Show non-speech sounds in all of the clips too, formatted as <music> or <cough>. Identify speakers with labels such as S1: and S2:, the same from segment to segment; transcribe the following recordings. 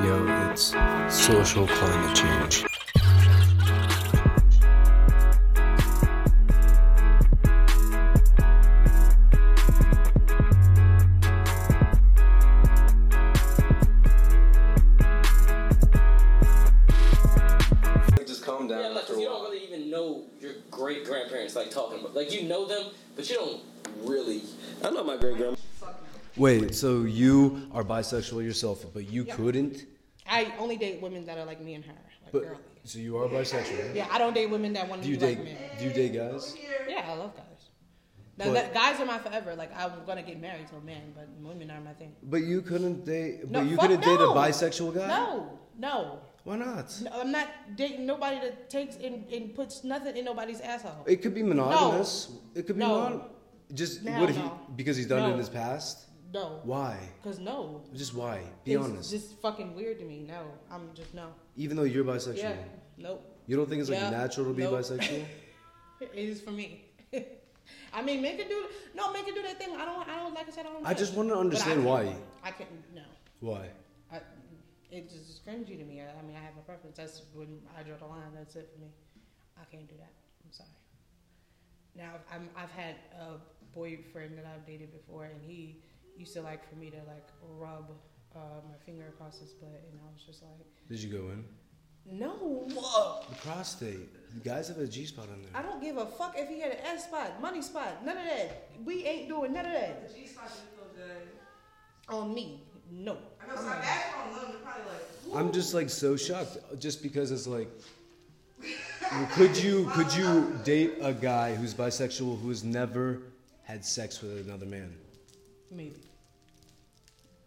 S1: science, social climate change.
S2: Just calm down
S3: Yeah, like,
S2: after
S3: 'cause
S2: a
S3: you don't
S2: while.
S3: really even know your great grandparents, like talking about. Like, you know them, but you don't really.
S2: I know my great grandma.
S4: Wait, so you are bisexual yourself, but you couldn't?
S5: I only date women that are like me and her, like
S4: But
S5: girly.
S4: so you are bisexual.
S5: Yeah, I don't date women that want to
S4: Do you
S5: be
S4: date
S5: like men.
S4: do you date guys?
S5: Yeah, I love guys. Now,
S4: But-
S5: that, guys are my forever. Like I'm gonna get married to a man, but women are my thing.
S4: But you couldn't date
S5: No,
S4: but you
S5: fuck
S4: couldn't date a
S5: no.
S4: bisexual guy?
S5: No, no,
S4: Why not?
S5: no, I'm not dating nobody that takes and, and puts nothing in nobody's asshole.
S4: It could be monogamous. It could be
S5: No.
S4: mon- just
S5: No,
S4: what he
S5: no.
S4: because he's done it in
S5: No.
S4: his past?
S5: No,
S4: Why?
S5: Cause no,
S4: Just why? Be
S5: it's
S4: honest.
S5: just fucking weird to me. No, I'm just no.
S4: Even though you're bisexual.
S5: Yeah, nope.
S4: You don't think it's like
S5: Yeah.
S4: natural to be
S5: Nope. <laughs>
S4: bisexual?
S5: It is for me. <laughs> I mean, make it do no, make it do that thing. I don't, I don't like I said, I don't.
S4: I
S5: like
S4: just
S5: it.
S4: wanna
S5: But I
S4: understand
S5: can't-
S4: why.
S5: I can't. No,
S4: Why?
S5: I, it just screams you to me. I, I mean, I have a preference. That's when I draw the line. That's it for me. I can't do that. I'm sorry. Now I'm, I've had a boyfriend that I've dated before, and he used to like for me to like rub uh, my finger across his butt, and I was just like,
S4: Did you go in?
S5: no.
S4: The prostate. You guys have a G spot on
S5: I
S4: there.
S5: don't give a fuck if he had an S spot, money spot, none of that. We ain't doing none of that. On me, no.
S4: I'm just like so shocked, just because it's like, could you could you date a guy who's bisexual who has never had sex with another man?
S5: Maybe.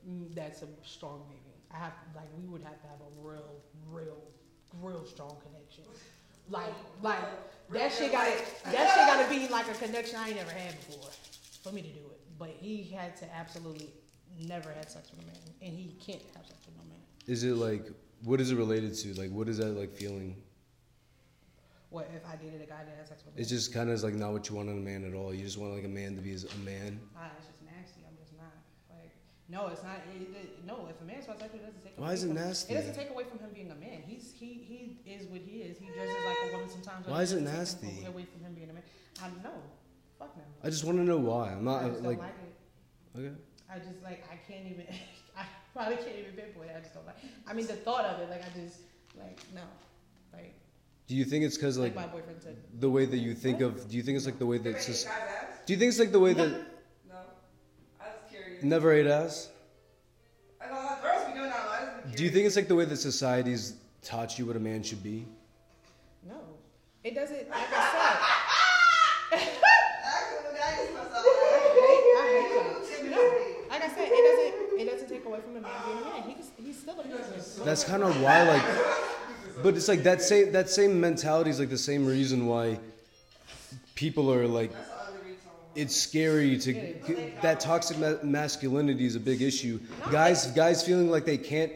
S5: Mm, That's a strong maybe. I have like we would have to have a real, real, real strong connection. Like, like that shit got to that shit got to be like a connection I ain't never had before for me to do it. But he had to absolutely never have sex with a man, and he can't have sex with no man.
S4: Is it like what is it related to? Like what is that like feeling?
S5: What if I dated a guy that had sex with a man?
S4: It's just kind of like not what you want in a man at all. You just want like a man to be as a man.
S5: Nah, it's just nasty. I'm just not like. No, it's not. It, it, no, if a man's bisexual, it doesn't take.
S4: Why
S5: away
S4: is it
S5: from-
S4: nasty?
S5: It doesn't take away from him being a man. He's he he is what he is. He dresses like a woman sometimes. but
S4: Why is it
S5: doesn't take
S4: nasty?
S5: him Away from him being a man. I know. Fuck no.
S4: I just want to know why. I'm
S5: I
S4: not
S5: just
S4: like
S5: don't like it.
S4: okay.
S5: I just like I can't even. <laughs> I probably can't even pinpoint. it. I just don't like. I mean, the thought of it, like I just like no, like
S4: Do you think it's because
S5: like,
S4: like
S5: my boyfriend said.
S4: the way that you think of? Do you think it's like the way that just? Do you think it's like the way that
S6: No. I was curious.
S4: never ate ass?
S6: I know a lot of girls be doing that a lot. I just be
S4: Do you
S6: curious.
S4: think it's like the way that society's taught you what a man should be?
S5: No, it doesn't. Like I
S6: I couldn't imagine myself.
S5: <laughs> said, I hate that.
S6: Timid.
S5: Like I said, it doesn't it doesn't take away from him being a man. He just, he's still a man.
S4: That's kind of why, like, but it's like that same that same mentality is like the same reason why people are like, it's scary to that toxic ma- masculinity is a big issue. Guys, guys feeling like they can't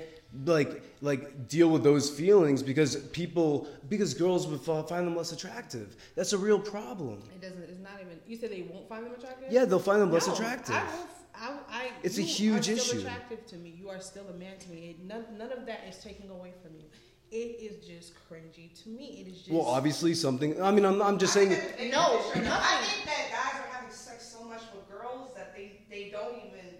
S4: like like deal with those feelings because people because girls would fi- find them less attractive. That's a real problem.
S5: It doesn't. It's not even. You said they won't find them attractive.
S4: Yeah, they'll find them less
S5: No,
S4: attractive.
S5: I will, I, I,
S4: It's a
S5: you
S4: huge
S5: are still
S4: issue.
S5: Attractive to me. You are still a man to me. It, none, none of that is taken away from you. It is just cringy to me. It is just.
S4: Well, obviously something. I mean, I'm, I'm just saying.
S5: No,
S6: I
S5: nothing.
S6: think that guys are having sex so much with girls that they, they don't even,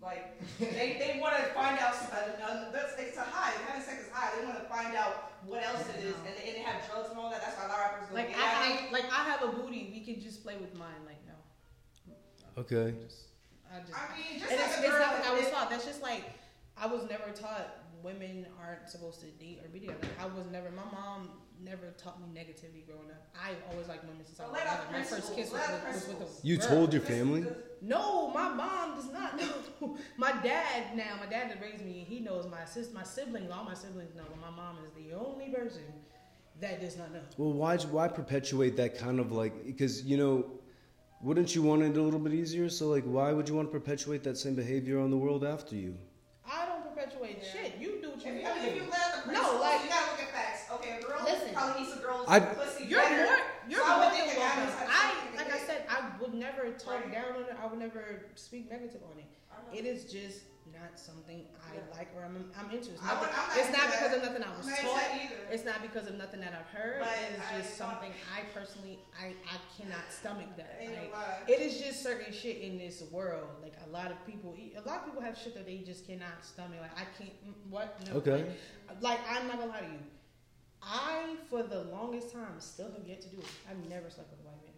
S6: like, they, they want to find out, s- uh, uh, that's, it's a high. Having sex is high. They want to find out what else it is. And, and they have drugs and all that. That's why a lot of rappers go
S5: Like
S6: gay.
S5: I, have, like I have a booty. We can just play with mine. Like no,
S4: Okay.
S5: I just.
S6: I mean, just
S5: And
S6: like
S5: it's,
S6: a
S5: it's
S6: girl
S5: not like I
S6: that-
S5: was taught. That's just like I was never taught women aren't supposed to date or be together. Like, I was never. My mom never taught me negativity growing up. I always liked women since I
S6: Well,
S5: was
S6: let
S5: young.
S6: out
S5: My first
S6: principles,
S5: kiss was
S6: let out
S5: with, was with
S6: principles.
S5: a
S4: You
S5: girl.
S4: told your family.
S5: No, my mom does not know. <laughs> my dad now, my dad that raised me, he knows my sis, my siblings, all my siblings know, but my mom is the only person that does not know.
S4: Well, why why perpetuate that kind of like because you know, wouldn't you want it a little bit easier? So like, why would you want to perpetuate that same behavior on the world after you?
S5: I don't perpetuate shit. You do what you
S6: If you,
S5: want to
S6: if
S5: do.
S6: you let the
S5: No, like-
S6: you gotta look at facts. Okay, a girl
S5: Listen.
S6: probably eats a girl's
S4: I-
S6: pussy
S5: You're
S6: better.
S5: more. You're
S6: so I
S5: more
S6: would
S5: than
S6: think a guy knows
S5: welcome.
S6: how to
S5: I
S6: suck dick.
S5: like I said, I would never talk
S6: Right.
S5: down on it. I would never speak negative on it.
S6: I
S5: It is just not something I
S6: Yeah.
S5: like or I'm, I'm into. It's
S6: I
S5: not,
S6: would- I'm not
S5: it's
S6: into
S5: not
S6: that.
S5: because of nothing I
S6: I'm
S5: was
S6: not into
S5: taught.
S6: that either.
S5: It's not because of nothing that I've heard.
S6: But
S5: it's
S6: I-
S5: just something I personally I, I cannot stomach that.
S6: Ain't no
S5: Like,
S6: lie.
S5: it is just certain shit in this world. Like a lot of people, e, a lot of people have shit that they just cannot stomach. Like I can't. mm, What? No.
S4: Okay.
S5: Like, like, I'm not gonna lie to you. I for the longest time still have yet to do it. I've never slept with a white man.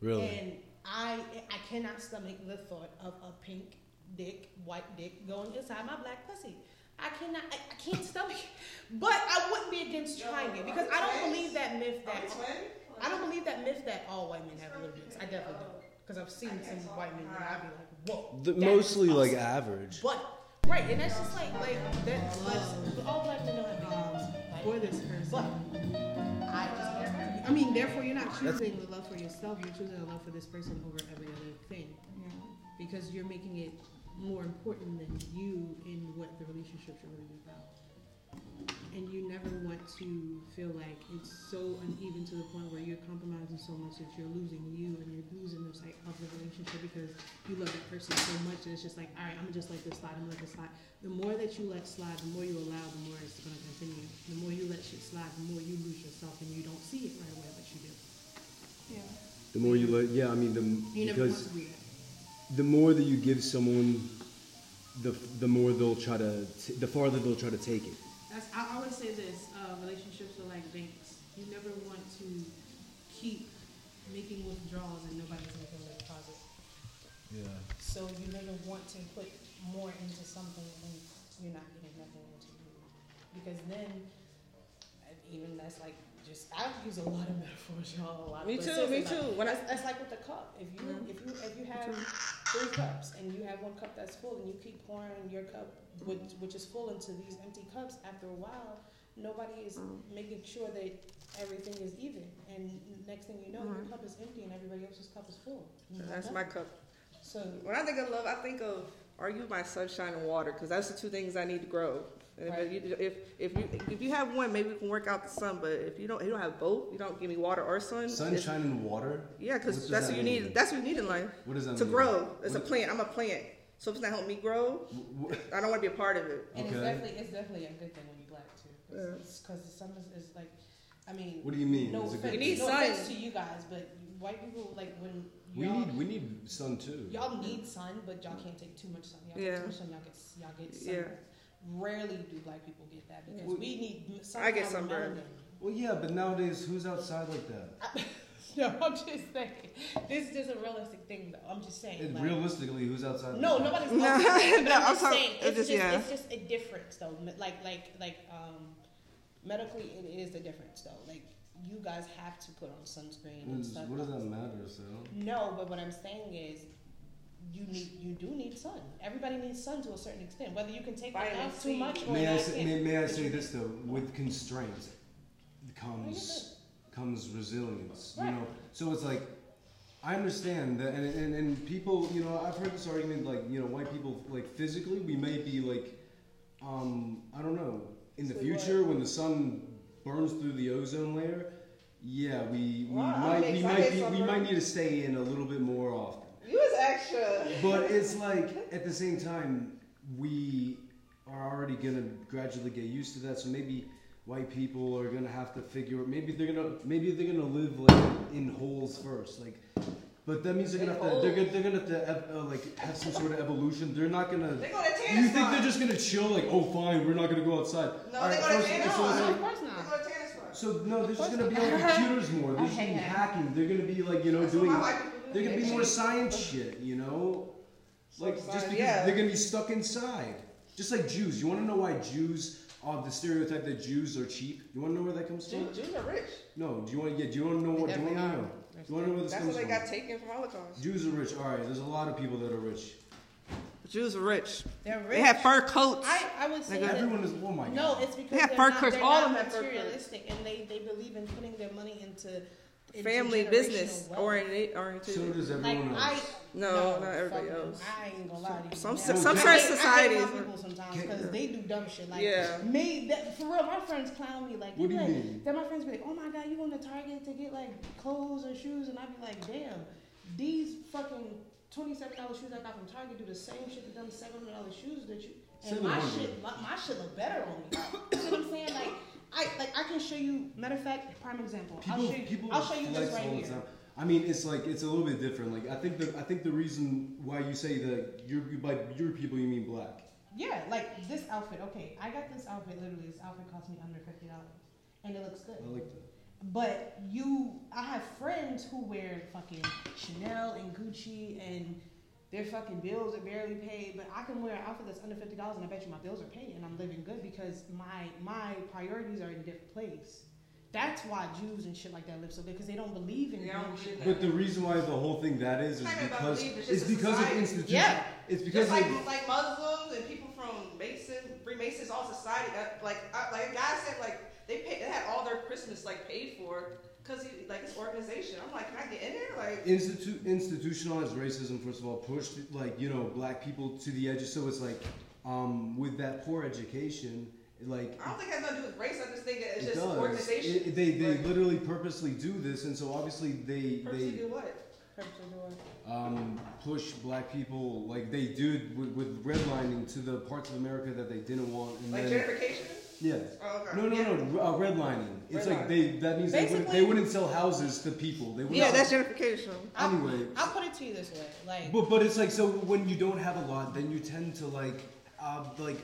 S4: Really?
S5: And I I cannot stomach the thought of a pink dick, white dick going inside my black pussy. I cannot I, I can't stomach it. But I wouldn't be against trying it because I don't believe that myth
S6: Are we
S5: that I don't believe that myth that all white men have little dicks. I definitely
S6: Oh.
S5: don't. Because I've seen some white men that I'd be like, whoa.
S4: The,
S5: that
S4: mostly
S5: is
S4: like
S5: awesome.
S4: average.
S5: But right, and that's just like like that's all black men don't have big or this person. But I just I mean, therefore, you're not choosing the love for yourself. You're choosing the love for this person over every other thing because you're making it more important than you in what the relationship should really be about. And you never want to feel like it's so uneven to the point where you're compromising so much that you're losing you and you're losing the sight of the relationship because you love that person so much and it's just like, all right, I'm gonna just let this slide, I'm gonna let this slide. The more that you let slide, the more you allow, the more it's gonna continue. The more you let shit slide, the more you lose yourself and you don't see it right away, but you do.
S4: The more you let, yeah, I mean,
S5: You
S4: the
S5: never want
S4: because
S5: to do that.
S4: the more that you give someone, the the more they'll try to, t- the farther they'll try to take it.
S7: That's, I always say this: uh, relationships are like banks. You never want to keep making withdrawals and nobody's making a deposit.
S4: Yeah.
S5: So you never want to put more into something and you're not getting nothing into you. Because then, I- even that's like just I've used a lot of metaphors, y'all. A lot.
S8: Me
S5: but
S8: too,
S5: seriously,
S8: me
S5: like,
S8: too. Mm-hmm. When I-
S5: that's, that's like with the cup. If you if you if you have three cups and you have one cup that's full and you keep pouring your cup which which is full into these empty cups, after a while, nobody is making sure that everything is even. And next thing you know, your cup is empty and everybody else's cup is full.
S8: Mm-hmm. That's my cup.
S5: so
S8: When I think of love, I think of are you my sunshine and water? Because that's the two things I need to grow. And if,
S5: Right.
S8: you, if if you if you have one, maybe we can work out the sun. But if you don't, you don't have both. You don't give me water or sun. it's-
S4: Sunshine and water.
S8: Yeah,
S4: What
S8: because
S4: does
S8: that's
S4: that
S8: what you
S4: mean?
S8: need. That's what you need in life.
S4: What does that
S8: to
S4: mean?
S8: grow. It's a
S4: What-
S8: plant. I'm a plant. So if it's not helping me grow,
S4: Wh- wh-
S8: I don't want to be a part of it.
S5: And
S4: Okay.
S5: it's definitely it's definitely a good thing when you're black too,
S8: Yeah.
S5: because some is, is like, I mean,
S4: What do you mean?
S5: no
S4: It's a
S5: offense,
S4: good
S8: You need
S5: no
S8: sun.
S5: offense to you guys, but white people like when
S4: We
S5: y'all,
S4: need we need sun too.
S5: y'all need sun, but y'all can't take too much sun. Y'all
S8: Yeah.
S5: get too much sun, y'all get y'all get sun.
S8: Yeah.
S5: Rarely do black people get that because
S4: Well,
S5: we need sun.
S8: I get
S5: from
S8: sunburned.
S5: melanin.
S4: Well, yeah, but nowadays who's outside like that?
S5: <laughs> No, I'm just saying this is just a realistic thing though. I'm just saying.
S4: And
S5: like-
S4: realistically, who's outside?
S5: No,
S4: like
S5: nobody's.
S8: <laughs> No,
S5: talking.
S8: no,
S5: I'm,
S8: I'm
S5: just
S8: talking-
S5: saying
S8: it's
S5: it's just,
S8: just- yeah.
S5: it's just a difference though. Me- Like like like um, medically it is a difference though. Like you guys have to put on sunscreen
S4: That?
S5: and
S4: It's-
S5: stuff.
S4: What does that matter, so?
S5: No, but what I'm saying is. You need, you do need sun. Everybody needs sun to a certain extent. Whether you can take it
S8: Vitamin
S5: out too
S8: C.
S5: much or
S4: May I
S5: not.
S4: say,
S5: can't.
S4: may, may I
S5: But
S4: say
S5: you-
S4: this though? With constraints comes comes resilience. You
S5: Right.
S4: know, so it's like I understand that, and, and and people, you know, I've heard this argument like you know, white people like physically, we may be like, um, I don't know, in the
S5: So
S4: future when the sun burns through the ozone layer. Yeah, we, we
S8: Wow, I
S4: might
S8: hate-
S4: we
S8: I
S4: might
S8: hate
S4: be, we
S8: sunburn.
S4: might need to stay in a little bit more often.
S8: You was extra.
S4: But it's like at the same time, we are already gonna gradually get used to that. So maybe white people are gonna have to figure. Maybe they're gonna maybe they're gonna live like in holes first, like. But that means they're gonna have to they're gonna, they're gonna have to ev- uh, like have some sort of evolution. They're not gonna.
S6: They go to
S4: You
S6: Tanner's
S4: think
S6: farm.
S4: they're just gonna chill like oh fine we're not gonna go outside?
S6: No,
S4: All
S6: they
S4: right,
S6: go to
S4: first-
S6: Tanner's
S4: so it's like-
S6: farm.
S5: Of course
S6: They
S5: not.
S6: go to Tanner's farm.
S4: so no, they're just gonna be on computers more. They're just gonna be hacking. They're gonna be like you know
S6: That's what
S4: doing.
S6: my white people do.
S4: They're gonna be
S6: They
S4: more
S6: cheat.
S4: science shit, you know. Like just because
S8: yeah.
S4: they're gonna be stuck inside, just like Jews. You want to know why Jews are the stereotype that Jews are cheap? You want to know where that comes from?
S8: Jews are rich.
S4: No. Do you want to? Yeah. Do you want to know what? Do you want to know? Do you want to know where this
S8: That's
S4: comes
S8: what they
S4: from?
S8: got taken from Holocaust.
S4: Jews are rich. All right. There's a lot of people that are rich.
S8: Jews are rich.
S5: They're rich.
S8: They have fur coats.
S5: I, I would say
S8: Nigga,
S5: that-
S4: Everyone is. Oh my god.
S5: No, it's because
S8: have
S5: they're
S8: fur
S5: not,
S8: coats.
S5: they're
S8: All
S5: not
S8: of them have fur coats.
S5: materialistic, and they, they believe in putting their money into, into
S8: Family business
S5: generational wealth.
S8: oriented. oriented.
S4: So does
S5: Like
S4: everyone
S5: I
S4: else.
S8: No, not everybody
S5: fuck no.
S8: else.
S5: I ain't gonna lie to you.
S8: Some-
S5: now.
S8: some-
S4: some
S5: I
S8: certain
S5: hate- I hate
S8: societies
S5: my
S8: are-
S5: people sometimes
S4: Can't-
S5: because they do dumb shit. Like
S8: Yeah.
S5: me, that, for real, my friends clown me. Like,
S4: What do you
S5: like,
S4: mean?
S5: Then my friends be like, "Oh my god, you going to Target to get like clothes or shoes?" And I be like, "Damn, these twenty-seven dollar shoes I got from Target do the same shit that them seven hundred dollar shoes that you. And my
S4: 700.
S5: shit, my, my shit look better on me. You see what I'm saying? Like, I like I can show you. Matter of fact, prime example. I'll show you. I'll show you this
S4: flex
S5: right
S4: all the
S5: here.
S4: time. I mean, it's like it's a little bit different. Like I think the I think the reason why you say that you're, you by your people you mean black.
S5: Yeah, like this outfit. Okay, I got this outfit. Literally, this outfit cost me under fifty dollars, and it looks good.
S4: I like that.
S5: But you, I have friends who wear fucking Chanel and Gucci, and their fucking bills are barely paid. But I can wear an outfit that's under fifty dollars, and I bet you my bills are paid, and I'm living good because my my priorities are in a different place. That's why Jews and shit like that live so good because they don't believe in
S6: They
S5: doing
S6: don't
S5: shit.
S6: believe
S4: But the reason why the whole thing that is is
S6: It's not about
S4: because
S6: belief, it's
S4: it's
S6: just a
S4: because of
S6: society.
S4: institution.
S5: Yeah.
S4: It's because
S6: Just like
S4: of
S6: like Muslims and people from Mason, Freemasons, all society. That, like I, like a guy said, like they pay, they had all their Christmas like paid for because he like his organization. I'm like, can I get in there? Like
S4: institu- institutionalized racism first of all pushed like you know black people to the edges so it's like um, with that poor education like
S6: I don't think it has nothing to do with race. I just think that Ah, it's
S4: it
S6: just
S4: does It-
S6: organization.
S4: it- they they
S6: Like,
S4: literally purposely do this and so obviously they
S6: purposely
S4: they
S6: do what?
S4: um, push black people like they do with, with redlining to the parts of America that they didn't want and
S6: Like
S4: then
S6: gentrification?
S4: yeah
S6: Oh, okay.
S4: no no
S6: Yeah.
S4: no uh, redlining it's like they that means they wouldn't, they
S5: Basically-
S4: wouldn't sell houses to people they would
S8: Yeah, that's gentrification.
S4: anyway
S5: I'll put it to you this way, like
S4: But but it's like so when you don't have a lot, then you tend to like uh, like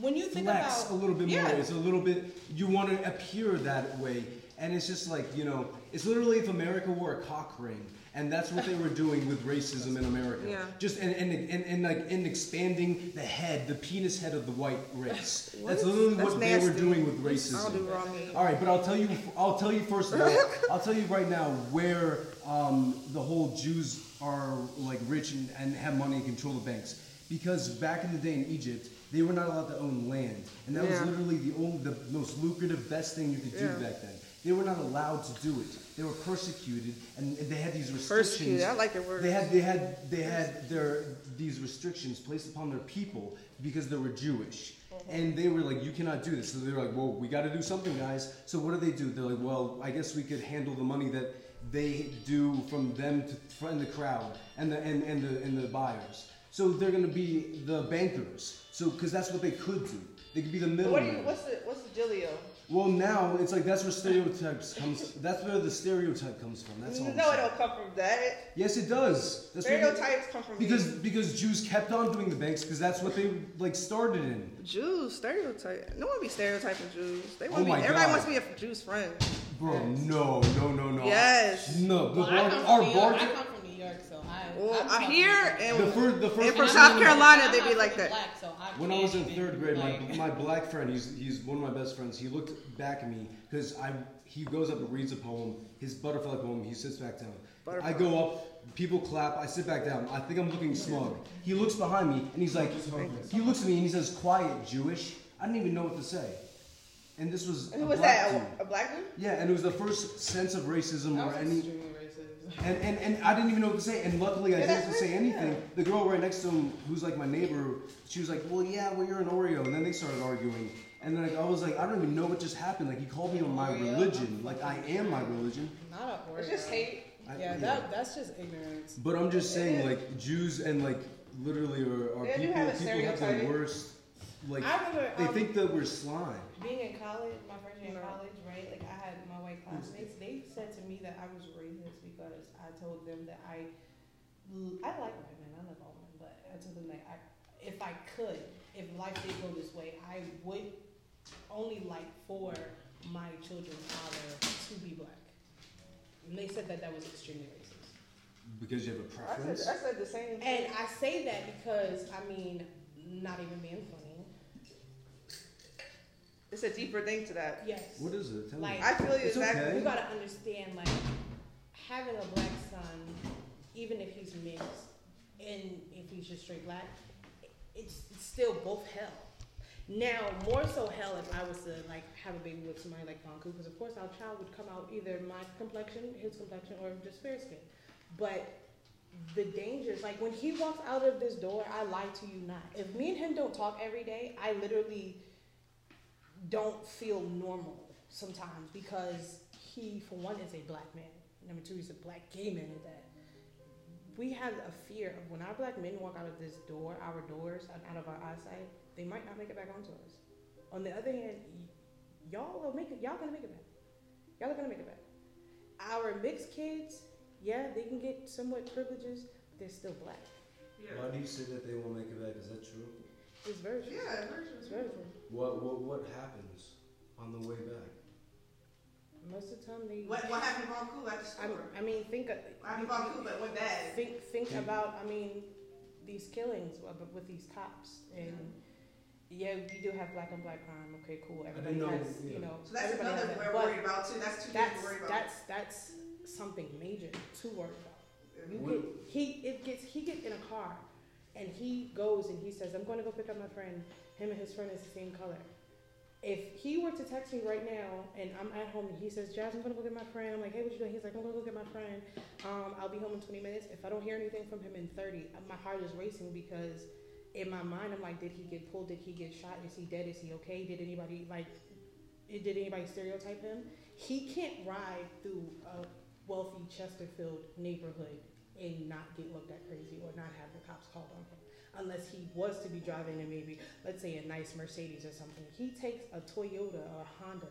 S5: when you think
S4: flex
S5: about
S4: a little bit
S5: yeah.
S4: more. It's a little bit you want to appear that way, and it's just like you know, it's literally if America wore a cock ring, and that's what they were doing with racism in America.
S8: Yeah.
S4: Just and and, and, and like in expanding the head, the penis head of the white
S8: <laughs>
S4: race. that's literally
S8: That's
S4: what they were
S8: nasty.
S4: doing with
S8: I
S4: racism.
S8: don't do raw meat.
S4: All right, but I'll tell you. I'll tell you first of all.
S8: <laughs>
S4: I'll tell you right now where um, the whole Jews are like rich and, and have money and control the banks. Because back in the day in Egypt, they were not allowed to own land, and that
S8: Yeah.
S4: was literally the only, the most lucrative, best thing you could do
S8: Yeah.
S4: back then. They were not allowed to do it. They were persecuted, and they had these restrictions.
S8: Persecuted, I like the word.
S4: They had they had they had their these restrictions placed upon their people because they were Jewish,
S8: Mm-hmm.
S4: and they were like, "You cannot do this." So they were like, "Well, we got to do something, guys." So what do they do? They're like, "Well, I guess we could handle the money that they do from them to from the crowd and the and, and the and the buyers." So they're going to be the bankers. So because that's what they could do. They could be the
S8: What do
S4: middleman.
S8: you? What's the what's the dealio?
S4: well, now it's like that's where stereotypes comes. That's where the stereotype comes from. That's all. I'm
S8: No, it
S4: saying.
S8: don't come from that.
S4: Yes, it does. That's where-
S8: Stereotypes come from
S4: because because Jews kept on doing the banks because that's what they like started in.
S8: Jews stereotype. No one be stereotyping Jews. They want
S4: Oh
S8: to
S4: my
S8: be. Everybody
S4: God.
S8: wants to be a Jew's friend.
S4: Bro, no, no, no, no.
S8: Yes.
S4: No, the
S5: Well, I
S4: bar,
S5: come from
S4: our
S5: New York- I
S4: bartender.
S5: come from New York, so I.
S8: Well,
S5: I'm
S8: I
S5: fucking-
S8: hear and
S4: The first, the first.
S8: and from
S4: person-
S8: South Carolina,
S5: I'm
S8: they be
S5: not
S8: like
S5: fucking
S8: that.
S5: black, so I
S4: When I was in
S5: can't
S4: third
S5: even,
S4: grade, my,
S5: like-
S4: my black friend, he's, he's one of my best friends. He looked back at me because I he goes up and reads a poem, his butterfly poem. He sits back down.
S8: Butterfly.
S4: I go up, people clap. I sit back down. I think I'm looking smug. He looks behind me and he's like, he looks at me and he says, "Quiet, Jewish." I didn't even know what to say. And this was
S8: And
S4: a
S8: who was
S4: black
S8: that?
S4: dude.
S8: A, a black dude?
S4: Yeah, and it was the first sense of racism
S5: That
S4: or
S5: was
S4: any.
S5: extremely racist.
S4: And, and, and I didn't even know what to say, and luckily I
S8: Yeah,
S4: didn't have to
S8: that's
S4: say
S8: racist,
S4: anything.
S8: yeah.
S4: The girl right next to him, who's like my neighbor, she was like, Well, yeah, well, you're an Oreo. And then they started arguing. And then like, I was like, I don't even know what just happened. Like, he called me on my religion. Like, I am my religion.
S5: Not a word.
S6: It's just hate.
S4: I-
S5: Yeah, that that's just ignorance.
S4: But I'm just saying, like, Jews and, like, literally are, are
S8: Yeah, you
S4: people,
S8: have a
S4: people have the
S8: stereotype.
S4: worst. Like,
S5: I remember,
S4: they
S5: um,
S4: think that we're slime.
S5: Being in college, my first year in
S8: No.
S5: college, right? Like I had my white classmates. They said to me that I was racist because I told them that I I like white men. I love all men, but I told them that I, if I could, if life did go this way, I would only like for my children's father to be black. And they said that that was extremely racist.
S4: Because you have a
S8: I said,
S4: preference?
S8: I said the same.
S5: And
S8: thing.
S5: I say that because I mean, not even being funny.
S8: It's a deeper thing to that.
S5: Yes.
S4: What is it? Tell
S5: Like-
S4: me.
S8: I feel you
S4: It's
S8: exactly.
S4: okay.
S5: You gotta understand, like, having a black son, even if he's mixed and if he's just straight black, it's, it's still both hell. Now, more so hell if I was to, like, have a baby with somebody like Vonku, because of course our child would come out either my complexion, his complexion, or just fair skin. But the dangers, like, when he walks out of this door, I lie to you not. If me and him don't talk every day, I literally don't feel normal sometimes because he, for one, is a black man. Number two, he's a black gay man at that. we have a fear of when our black men walk out of this door, our doors, and out of our eyesight, they might not make it back onto us. On the other hand, y- y'all are making, y'all gonna make it back. Y'all are gonna make it back. Our mixed kids, yeah, they can get somewhat privileges, but they're still black.
S4: Why do you say that they won't make it back? Is that true?
S5: It's very true.
S8: Yeah,
S5: It's very true.
S4: What what what happens on the way back?
S5: Most of the time they.
S8: What, what happened in Vancouver at the
S5: I,
S8: store?
S5: I mean, think. Of,
S8: What happened in Vancouver? It went bad.
S5: think think about I mean these killings with with these cops and yeah we do have black on black crime okay cool everybody
S4: know,
S5: has
S4: yeah.
S5: you know
S8: So that's
S5: everybody
S8: another
S5: has
S8: we're
S5: that.
S8: worried about too. That's two
S5: but
S8: things
S5: that's
S8: we're worried about.
S5: that's that's something major to worry about you
S4: We-
S5: get, he it gets he gets in a car and he goes and he says I'm going to go pick up my friend him and his friend is the same color if he were to text me right now and I'm at home and he says, Jazz, I'm gonna go get my friend. I'm like, hey, what you doing? He's like, I'm gonna go get my friend. Um, I'll be home in 20 minutes. If I don't hear anything from him in 30, my heart is racing because in my mind, I'm like, did he get pulled? Did he get shot? Is he dead? Is he okay? Did anybody, like, it- did anybody stereotype him? He can't ride through a wealthy Chesterfield neighborhood and not get looked at crazy or not have the cops called on him unless he was to be driving and maybe let's say a nice Mercedes or something. He takes a Toyota or a Honda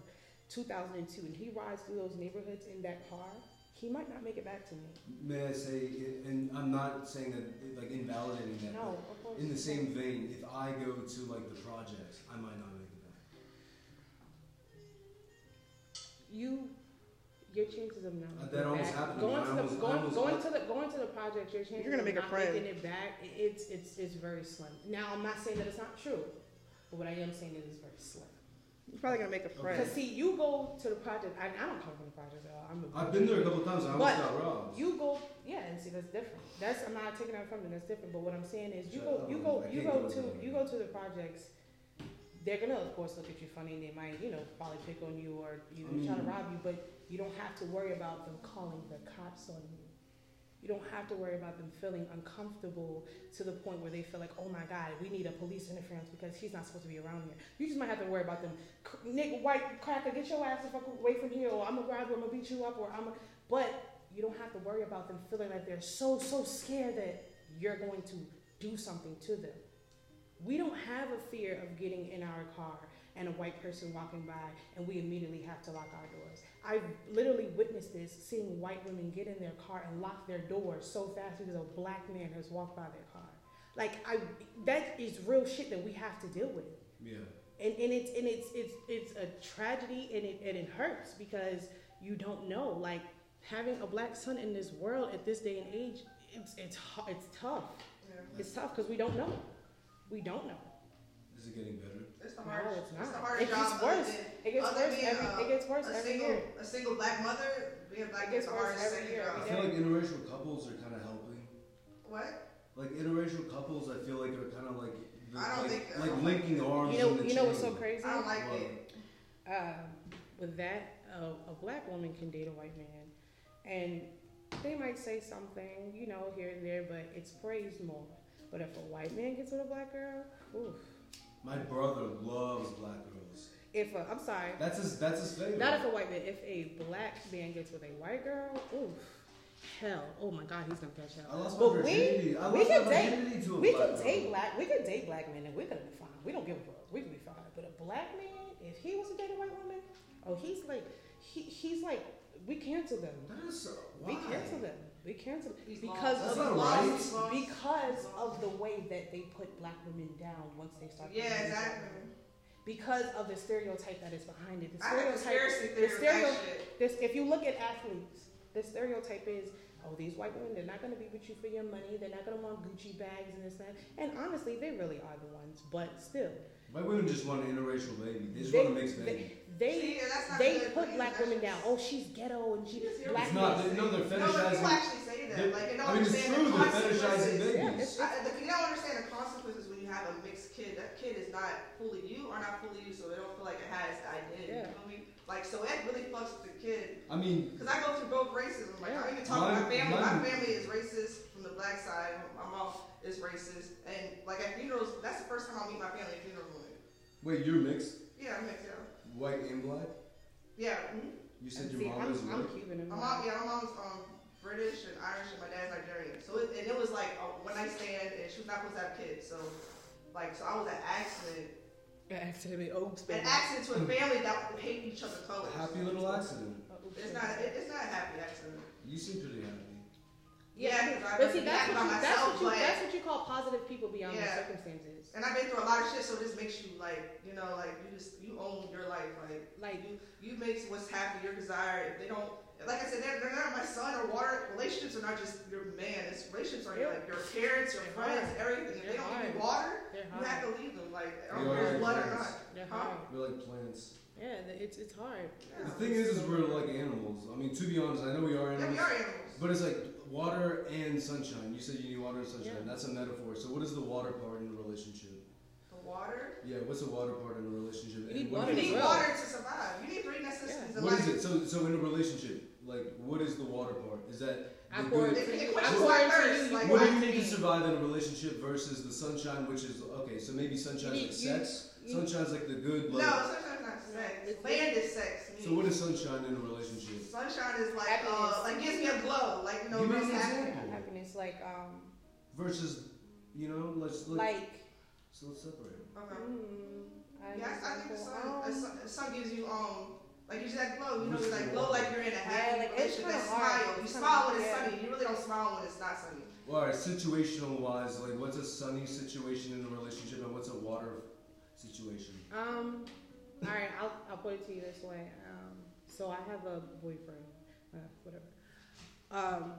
S5: 2002 and he rides through those neighborhoods in that car. He might not make it back to me.
S4: May I say, and I'm not saying that like invalidating that.
S5: No, of
S4: but
S5: course.
S4: In the same vein, if I go to like the projects, I might not make it back.
S5: you your chances of not
S4: Uh, that
S5: making it
S4: almost
S5: back.
S4: happened to me.
S5: Going
S4: I
S5: to the
S4: almost- I
S5: going,
S4: almost-
S5: going to the going to the project. Your chances
S8: You're gonna make
S5: of
S8: a
S5: not
S8: friend.
S5: making it back. it- It's it's it's very slim. Now I'm not saying that it's not true, but what I am saying is it's very slim.
S8: You're probably gonna make a
S5: Because
S8: friend.
S5: see, you go to the project. I, I don't come from the project at all. I'm a
S4: I've been there a couple times. I almost
S5: But
S4: got robbed.
S5: You go, yeah, and see that's different. That's I'm not taking that from them. That's different. But what I'm saying is, you
S4: Shut
S5: go,
S4: up.
S5: you go,
S4: I
S5: you
S4: can't
S5: go
S4: go
S5: to
S4: there.
S5: you go to the projects. They're gonna, of course, look at you funny. and They might, you know, probably pick on you or you
S4: I
S5: try to
S4: mean-
S5: rob you. But you don't have to worry about them calling the cops on you. You don't have to worry about them feeling uncomfortable to the point where they feel like, oh my God, we need a police interference because he's not supposed to be around here. You just might have to worry about them, "C- nigga, white cracker, get your ass the fuck away from here, or I'm gonna grab you, I'm gonna beat you up, or I'm. But you don't have to worry about them feeling like they're so so scared that you're going to do something to them. We don't have a fear of getting in our car and a white person walking by and we immediately have to lock our doors. I've literally witnessed this seeing white women get in their car and lock their door so fast because a black man has walked by their car. Like I that is real shit that we have to deal with
S4: yeah.
S5: and and it's and it's it's it's a tragedy and it and it hurts because you don't know like having a black son in this world at this day and age it's it's hu- it's tough
S8: Yeah.
S5: it's tough because we don't know we don't know
S4: Is it getting better?
S8: That's the
S5: no
S8: hard.
S5: it's
S8: That's the
S5: not
S8: hard
S5: it
S8: job.
S5: gets
S8: other
S5: worse
S8: than-
S5: it gets
S8: other
S5: worse
S8: than being,
S5: every
S8: uh,
S5: it gets worse
S8: a
S5: every
S8: single,
S5: year
S8: A single black mother being black
S5: It gets
S8: is the
S5: worse
S8: hardest
S5: every
S8: thing
S5: year,
S4: I
S8: job.
S5: every
S4: feel
S5: Yeah.
S4: like interracial couples are kind of helping.
S8: What?
S4: Like interracial couples, I feel like are kind of like the-
S8: I don't
S4: like,
S8: think- I
S4: like
S8: don't-
S4: linking arms.
S5: you know
S4: in the
S5: you know what's so
S4: chain.
S5: crazy
S8: I don't like
S4: Well,
S8: it.
S5: um, with that, a, a black woman can date a white man, and they might say something, you know, here and there, but it's praised more. But if a white man gets with a black girl, oof.
S4: My brother loves black girls.
S5: If a, I'm sorry,
S4: That's his. That's his favorite.
S5: not if a white man, if a black man gets with a white girl, oof, hell, oh my God, he's gonna catch
S4: I
S5: hell.
S4: lost my
S5: But
S4: virginity.
S5: we
S4: I
S5: we
S4: lost
S5: can
S4: my
S5: date
S4: virginity to a
S5: we
S4: black
S5: can
S4: girl.
S5: date black we can date black men and we're gonna be fine. We don't give a fuck. We can be fine. But a black man, if he was to date a white woman, oh he's like he, he's like we cancel them.
S4: That is so. Why?
S5: We cancel them. We cancel them
S8: He's
S5: because
S4: That's not
S5: of
S4: right.
S8: Laws, laws.
S5: because of the way that they put black women down once they start.
S8: Yeah,
S5: dating.
S8: exactly.
S5: Because of the stereotype that is behind it. The
S8: I have
S5: stereotype.
S8: conspiracy
S5: the
S8: theory with that
S5: stereo-
S8: shit.
S5: this, if you look at athletes, the stereotype is, oh, these white women, they're not going to be with you for your money. They're not going to want Gucci bags and this and that. And honestly, they really are the ones. But still,
S4: White women just want an interracial baby. They just
S5: They-
S4: want to mix baby.
S5: they
S8: See, and that's not
S5: they
S8: good.
S5: put black women down. Oh, she's ghetto and she
S8: It's
S5: black.
S4: it's not.
S5: men.
S4: They, no, they're
S8: No, but people
S4: fetishizing.
S8: actually say
S4: They-
S8: that. Like, they don't
S4: I mean, it's
S8: understand
S4: true. They're
S8: the
S4: fetishizing
S8: consequences.
S5: Yeah,
S4: babies.
S5: it's-
S8: I, the, you don't understand the consequences when you have a mixed kid. That kid is not fully you or not fully you, so they don't feel like it has the identity.
S5: Yeah.
S8: You know what I mean? Like, so that really fucks with the kid.
S4: I mean,
S8: Because I go through both races. I'm like, I don't even talk
S4: Mine-
S8: about my family.
S4: mine-
S8: my family is racist from the black side. My mom is racist. And, like, at funerals, that's the first time I'll meet my family at funeral. home.
S4: wait, you're mixed,
S8: Yeah, I'm mixed, yeah.
S4: white and black.
S8: Yeah. mhm.
S4: You said
S5: See,
S4: your mom
S5: I'm,
S4: is
S5: I'm
S4: white.
S5: Cuban. I'm
S8: My
S5: not.
S8: mom, yeah, my mom's um, British and Irish, and my dad's Nigerian. So it, it not supposed to have kids. So, like, so I was an accident,
S5: An accident in Oaks,
S8: an
S5: baby.
S8: accident to a family that hate each other's colors.
S4: Happy little accident.
S8: It's not, it, it's not a happy accident.
S4: You seem pretty happy.
S8: Yeah, because I've
S5: But see,
S8: been
S5: that's
S8: back
S5: what,
S8: by
S5: you, that's,
S8: myself,
S5: what you,
S8: but-
S5: that's what you call positive people beyond
S8: Yeah.
S5: their circumstances.
S8: and I've been through a lot of shit, so this makes you like, you know, like you just you own your life, like
S5: Like,
S8: you you make what's happening, your desire. If they don't, like I said, they're, they're not my son or water. Relationships are not just your man. It's relationships are your, like your parents, your
S5: They're
S8: friends,
S5: hard.
S8: everything. If they
S5: They're
S8: don't
S5: hard.
S8: give you water,
S5: they're
S8: you
S5: hard.
S8: have to leave them. Like I
S4: You
S8: don't
S4: are
S8: care if
S4: your
S8: blood or
S4: parents.
S8: not.
S5: They're
S8: Huh?
S5: hard.
S4: We're like plants.
S5: Yeah, th- it's, it's hard.
S4: The thing is, is we're like animals. I mean, to be honest, I know we are
S8: Yeah,
S4: animals.
S8: we are animals.
S4: But it's like water and sunshine. You said you need water and sunshine.
S5: Yeah.
S4: That's a metaphor. So what is the water part in a relationship?
S8: The water.
S4: Yeah, what's the water part in a relationship?
S5: You need
S4: what
S5: water
S8: You
S4: is-
S5: as
S8: need
S5: well.
S8: water to survive. You need three necessities in
S4: What
S8: life.
S4: is it? So so in a relationship, like what is the water part? Is that
S5: I
S4: the
S5: pour
S4: good-
S8: They,
S5: it.
S8: they
S5: I'm
S8: question
S4: sorry
S8: my
S5: for you.
S8: thirst. Like
S4: what do
S8: why
S4: you need
S8: me?
S4: to survive in a relationship versus the sunshine, which is okay? So maybe sunshine's
S5: You
S4: like
S5: need-
S4: sex.
S5: you- you-
S4: sunshine's like the good.
S8: No,
S4: Like,
S8: sometimes not sex. Land is sex.
S4: So what is sunshine in a relationship?
S8: Sunshine is like, uh,
S5: Happiness.
S8: like gives me a glow, like you know,
S4: Give me
S8: real
S4: an
S8: happy.
S4: example.
S5: Happiness, like, um,
S4: Versus, you know, let's let,
S5: like,
S4: so let's separate.
S8: Okay.
S5: mm, I
S8: Yeah, I, I think the sun, the sun, the sun gives you um, like you just that glow. You know,
S4: What's
S8: you
S4: the
S8: like glow
S4: word?
S8: like you're in a happy
S5: Yeah, like, it's
S8: relationship.
S5: kinda
S8: That
S5: hard.
S8: smile. You
S5: It's kinda-
S8: smile when it's
S5: yeah.
S8: sunny. You really don't smile when it's not sunny.
S4: All right, situational wise, like what's a sunny situation in a relationship and what's a water situation?
S5: Um, all right, I'll, I'll put it to you this way. Um, so I have a boyfriend, uh, whatever. Um,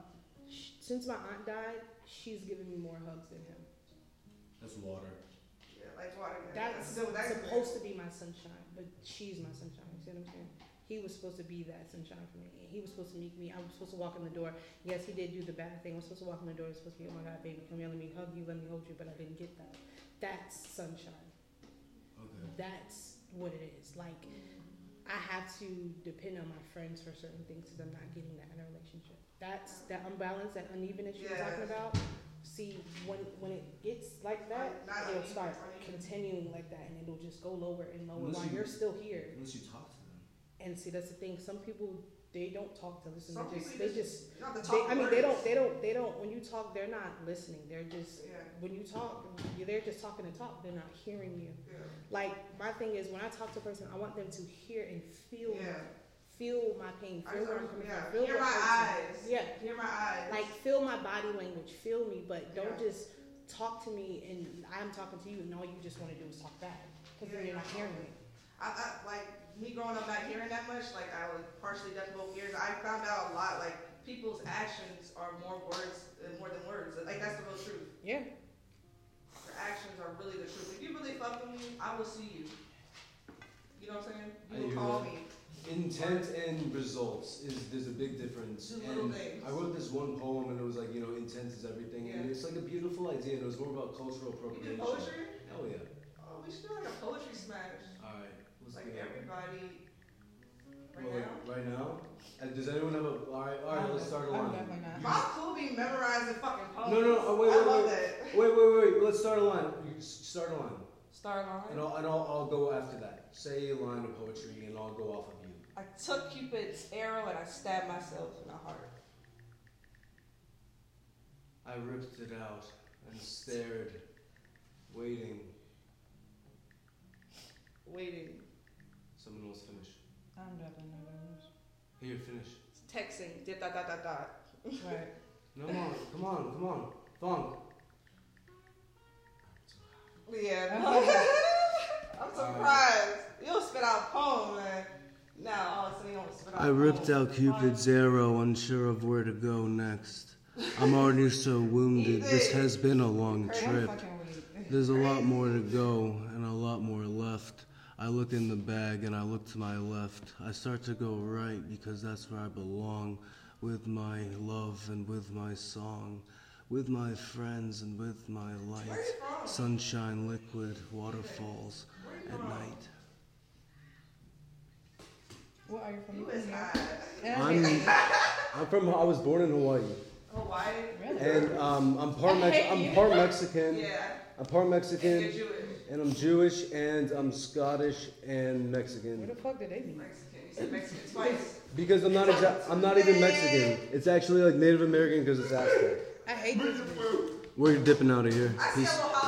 S5: sh- since my aunt died, she's given me more hugs than him.
S4: That's water.
S8: Yeah, like water. man.
S5: That's
S8: so that's
S5: supposed to be my sunshine, but she's my sunshine. You see what I'm saying? He was supposed to be that sunshine for me. He was supposed to meet me. I was supposed to walk in the door. Yes, he did do the bad thing. I was supposed to walk in the door. It was supposed to be, oh my God, baby, come here, let me hug you, let me hold you, but I didn't get that. That's sunshine.
S4: Okay.
S5: That's what it is. Like, I have to depend on my friends for certain things because I'm not getting that in a relationship. That's that unbalance, that unevenness you were talking
S8: Yes.
S5: about. See, when when it gets like that,
S8: Not
S5: it'll
S8: uneven,
S5: start
S8: uneven.
S5: continuing like that, and it'll just go lower and lower
S4: Unless
S5: while
S4: you-
S5: you're still here.
S4: Unless you talk to them.
S5: And see, that's the thing. Some people they don't talk to listen.
S8: Some
S5: They just
S8: people
S5: they just
S8: You don't have to
S5: they,
S8: talk
S5: I mean they
S8: words.
S5: don't they don't they don't when you talk they're not listening. They're just
S8: Yeah,
S5: when you talk they're just talking to talk. They're not hearing you.
S8: yeah,
S5: Like my thing is when I talk to a person, I want them to hear and feel,
S8: yeah.
S5: feel my pain,
S8: I
S5: feel
S8: just,
S5: where I'm coming
S8: yeah.
S5: from, feel
S8: Hear
S5: what
S8: my
S5: hurts
S8: eyes.
S5: me. Yeah,
S8: Hear my eyes.
S5: like feel my body language, feel me, but don't
S8: Yeah.
S5: just talk to me and I'm talking to you and all you just want to do is talk back because
S8: Yeah,
S5: then you're not
S8: yeah.
S5: hearing me.
S8: I, I like me growing up not hearing that much. Like I was partially deaf in both ears. I found out a lot. Like people's actions are more words, uh, more than words. Like that's the real truth.
S5: Yeah,
S8: Their actions are really the truth. If you really fuck with me, I will see you. You know what I'm
S4: I
S8: saying? You will
S4: hear
S8: call
S4: that.
S8: me.
S4: Intent and results is there's a big difference.
S8: Two little
S4: And
S8: things.
S4: I wrote this one poem and it was like you know intent is everything and
S8: Yeah.
S4: it's like a beautiful idea and it was more about cultural
S8: You do
S4: appropriation.
S8: poetry?
S4: Hell yeah.
S8: Oh, we should do like a poetry smash.
S4: All right. Let's
S8: Like
S4: do that.
S8: everybody. Right
S4: Well,
S8: now.
S4: like, right now. Uh, Does anyone have a? All right. All right. Let's start a
S5: I'm
S4: line.
S5: definitely not.
S8: My cool be memorizing fucking poems.
S4: No, no, oh, wait,
S8: I
S4: wait,
S8: love
S4: wait.
S8: that.
S4: Wait, wait, wait. Let's start a line. You s- Start a line.
S8: Star
S4: And I'll, and I'll, I'll go after that. Say a line of poetry and I'll go off of you.
S8: I took Cupid's arrow and I stabbed myself in the heart.
S4: I ripped it out and stared, waiting.
S8: Waiting.
S4: Someone else finish.
S5: I'm definitely not
S4: Here, finish.
S8: texting, dot dot dot dot dot.
S5: nervous. Right.
S4: No, come on, come on, come on. Funk.
S8: Yeah. I'm surprised.
S4: surprised.
S8: You'll spit out poem, man. Now all of a sudden you don't spit out
S4: I ripped out Cupid's arrow, unsure of where to go next. I'm already so wounded. This has been a long trip. There's a lot more to go and a lot more left. I look in the bag and I look to my left. I start to go right because that's where I belong with my love and with my song, with my friends and with my light. Sunshine, liquid, waterfalls at night.
S5: What are you
S8: You is high.
S4: I'm,
S9: I'm from. I was born in Hawaii,
S8: Hawaii.
S9: and um, I'm part Mex- I'm part Mexican.
S8: Yeah.
S9: I'm part
S8: And you're
S9: Mexican,
S8: Jewish.
S9: and I'm Jewish, and I'm Scottish and Mexican.
S5: fuck did they meet?
S8: Mexican. You said Mexican twice.
S9: Because I'm not exa- I'm not even Mexican. It's actually like Native American because it's Aztec.
S8: I hate this.
S4: We're dipping out of here.
S8: I see a
S4: Peace.
S8: little